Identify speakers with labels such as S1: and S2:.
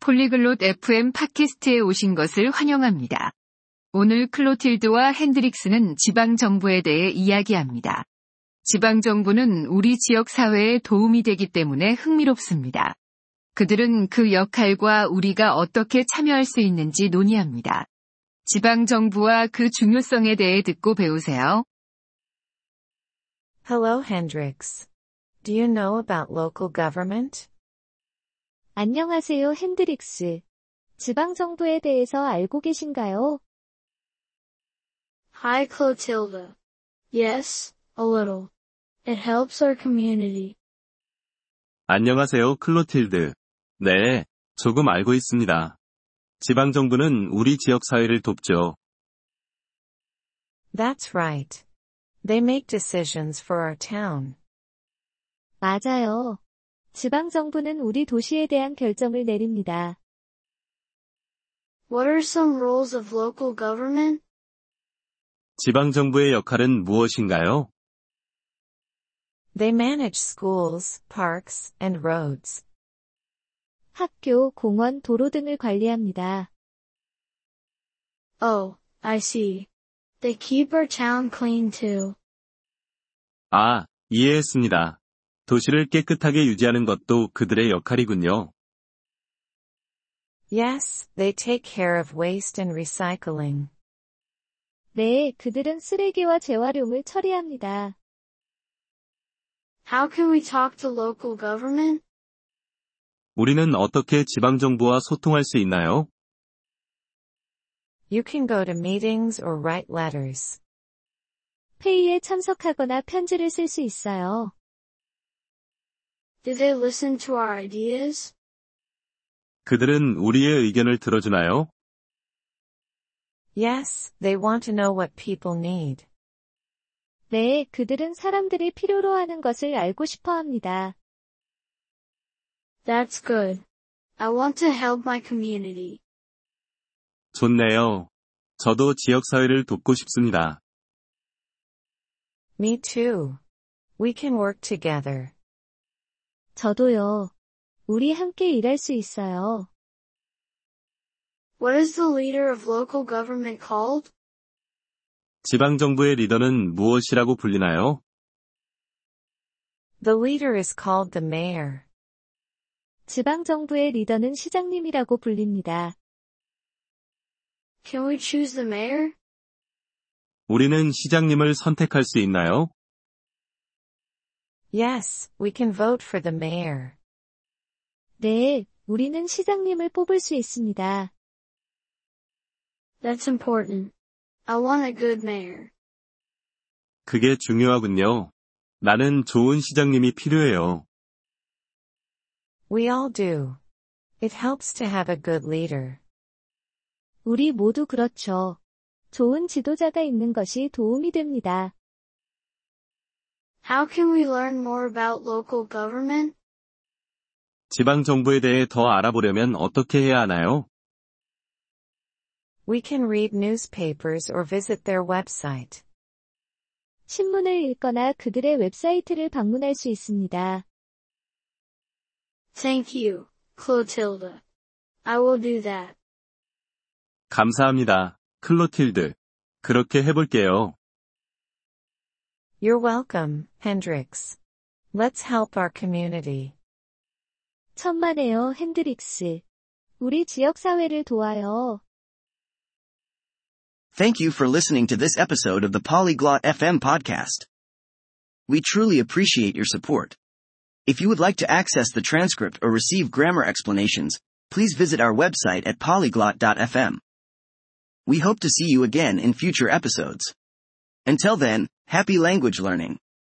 S1: 폴리글롯 FM 팟캐스트에 오신 것을 환영합니다. 오늘 클로틸드와 핸드릭스는 지방정부에 대해 이야기합니다. 지방정부는 우리 지역 사회에 도움이 되기 때문에 흥미롭습니다. 그들은 그 역할과 우리가 어떻게 참여할 수 있는지 논의합니다. 지방정부와 그 중요성에 대해 듣고 배우세요.
S2: Hello, Hendrix. Do you know about local government?
S3: 안녕하세요, 핸드릭스. 지방정부에 대해서 알고 계신가요?
S4: Hi, Clotilda. Yes, a little. It helps our community.
S5: 안녕하세요, 클로틸드. 네, 조금 알고 있습니다. 지방정부는 우리 지역사회를 돕죠.
S2: That's right. They make decisions for our town.
S3: 맞아요. 지방정부는 우리 도시에 대한 결정을 내립니다.
S4: What are some roles of local government?
S5: 지방정부의 역할은 무엇인가요?
S2: They manage schools, parks, and roads.
S3: 학교, 공원, 도로 등을 관리합니다.
S4: Oh, I see. They keep our town clean too.
S5: 아, 이해했습니다. 도시를 깨끗하게 유지하는 것도 그들의 역할이군요.
S2: Yes, they take care of waste and recycling.
S3: 네, 그들은 쓰레기와 재활용을 처리합니다.
S4: How can we talk to local government?
S5: 우리는 어떻게 지방정부와 소통할 수 있나요?
S2: You can go to meetings or write letters.
S3: 회의에 참석하거나 편지를 쓸 수 있어요.
S4: Do they listen to our ideas?
S5: 그들은 우리의 의견을 들어주나요?
S2: Yes, they want to know what people need.
S3: 네, 그들은 사람들이 필요로 하는 것을 알고 싶어 합니다.
S4: That's good. I want to help my community.
S5: 좋네요. 저도 지역사회를 돕고 싶습니다.
S2: Me too. We can work together.
S3: 저도요. 우리 함께 일할 수 있어요.
S4: What is the leader of local government called?
S5: 지방정부의 리더는 무엇이라고 불리나요?
S2: The leader is called the mayor.
S3: 지방정부의 리더는 시장님이라고 불립니다.
S4: Can we choose the mayor?
S5: 우리는 시장님을 선택할 수 있나요?
S2: Yes, we can vote for the mayor.
S3: 네, 우리는 시장님을 뽑을 수 있습니다.
S4: That's important. I want a good mayor.
S5: 그게 중요하군요. 나는 좋은 시장님이 필요해요.
S2: We all do. It helps to have a good leader.
S3: 우리 모두 그렇죠. 좋은 지도자가 있는 것이 도움이 됩니다.
S4: How can we learn more about local government?
S5: 지방정부에 대해 더 알아보려면 어떻게 해야 하나요?
S2: We can read newspapers or visit their website.
S3: 신문을 읽거나 그들의 웹사이트를 방문할 수 있습니다.
S4: Thank you, Clotilda. I will do that.
S5: 감사합니다, 클로틸드. 그렇게 해볼게요.
S2: You're welcome, Hendrix. Let's help our community.
S3: 천만에요, 핸드릭스. 우리 지역사회를 도와요.
S6: Thank you for listening to this episode of the Polyglot FM podcast. We truly appreciate your support. If you would like to access the transcript or receive grammar explanations, please visit our website at polyglot.fm. We hope to see you again in future episodes. Until then, happy language learning.